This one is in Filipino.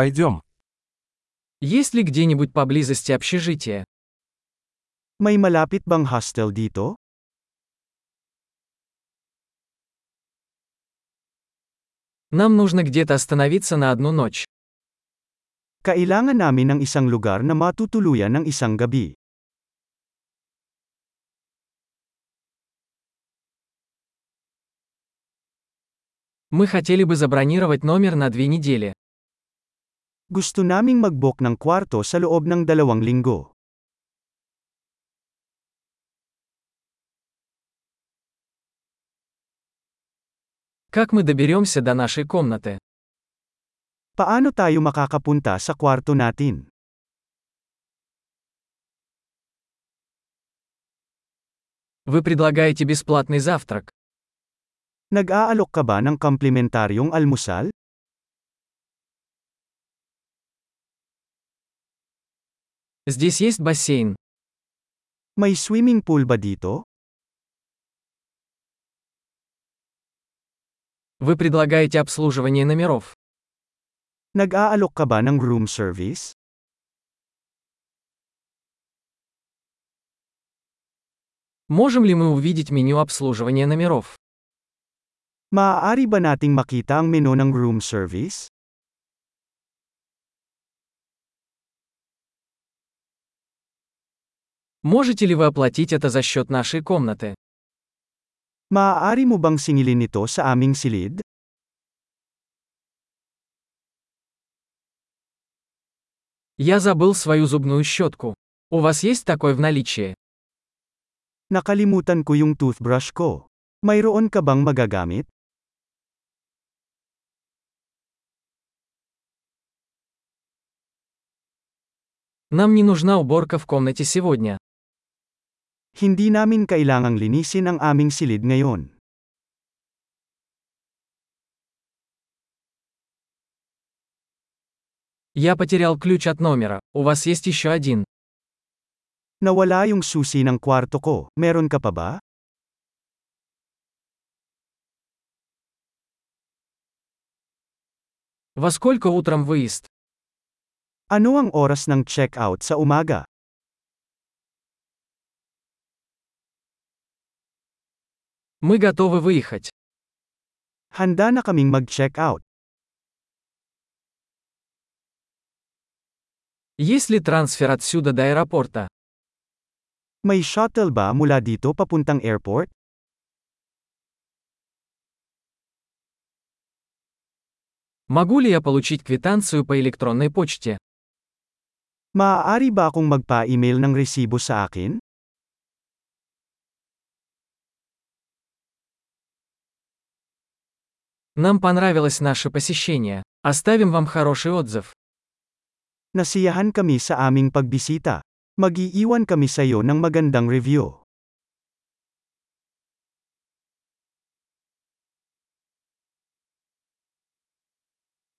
Пойдем. Есть ли где-нибудь поблизости общежитие? May malapit bang hostel dito? Нам нужно где-то остановиться на одну ночь. Kailangan namin ng isang lugar na matutuluyan ng isang gabi. Мы хотели бы забронировать номер на две недели. Gusto naming mag-book ng kwarto sa loob ng dalawang linggo. Как мы доберемся до нашей комнаты? Paano tayo makakapunta sa kwarto natin? Вы предлагаете бесплатный завтрак. Nag-aalok ka ba ng komplementaryong almusal? Здесь есть бассейн. May swimming pool ba dito? Вы предлагаете обслуживание номеров. Nag-aalok ka ba ng room service? Можем ли мы увидеть меню обслуживания номеров? Maaari ba nating makita ang menu ng room service? Можете ли вы оплатить это за счет нашей комнаты? Maaari mo bang singilin ito sa aming silid? Я забыл свою зубную щетку. У вас есть такой в наличии? Nakalimutan ko yung toothbrush ko. Mayroon ka bang magagamit? Нам не нужна уборка в комнате сегодня. Hindi namin kailangang linisin ang aming silid ngayon. Я потерял ключ от номера. У вас есть еще один. Nawala yung susi ng kwarto ko, meron ka pa ba? Во сколько утром выезд? Ano ang oras ng check-out sa umaga? Мы готовы выехать. Handa na kaming mag-check-out. Есть ли трансфер отсюда до аэропорта? May shuttle ba mula dito papuntang airport? Могу ли я получить квитанцию по электронной почте? Maaari ba akong magpa-email ng resibo sa akin? Нам понравилось наше посещение. Оставим вам хороший отзыв. Nasiyahan kami sa aming pagbisita. Mag-iiwan kami sa iyo ng magandang review.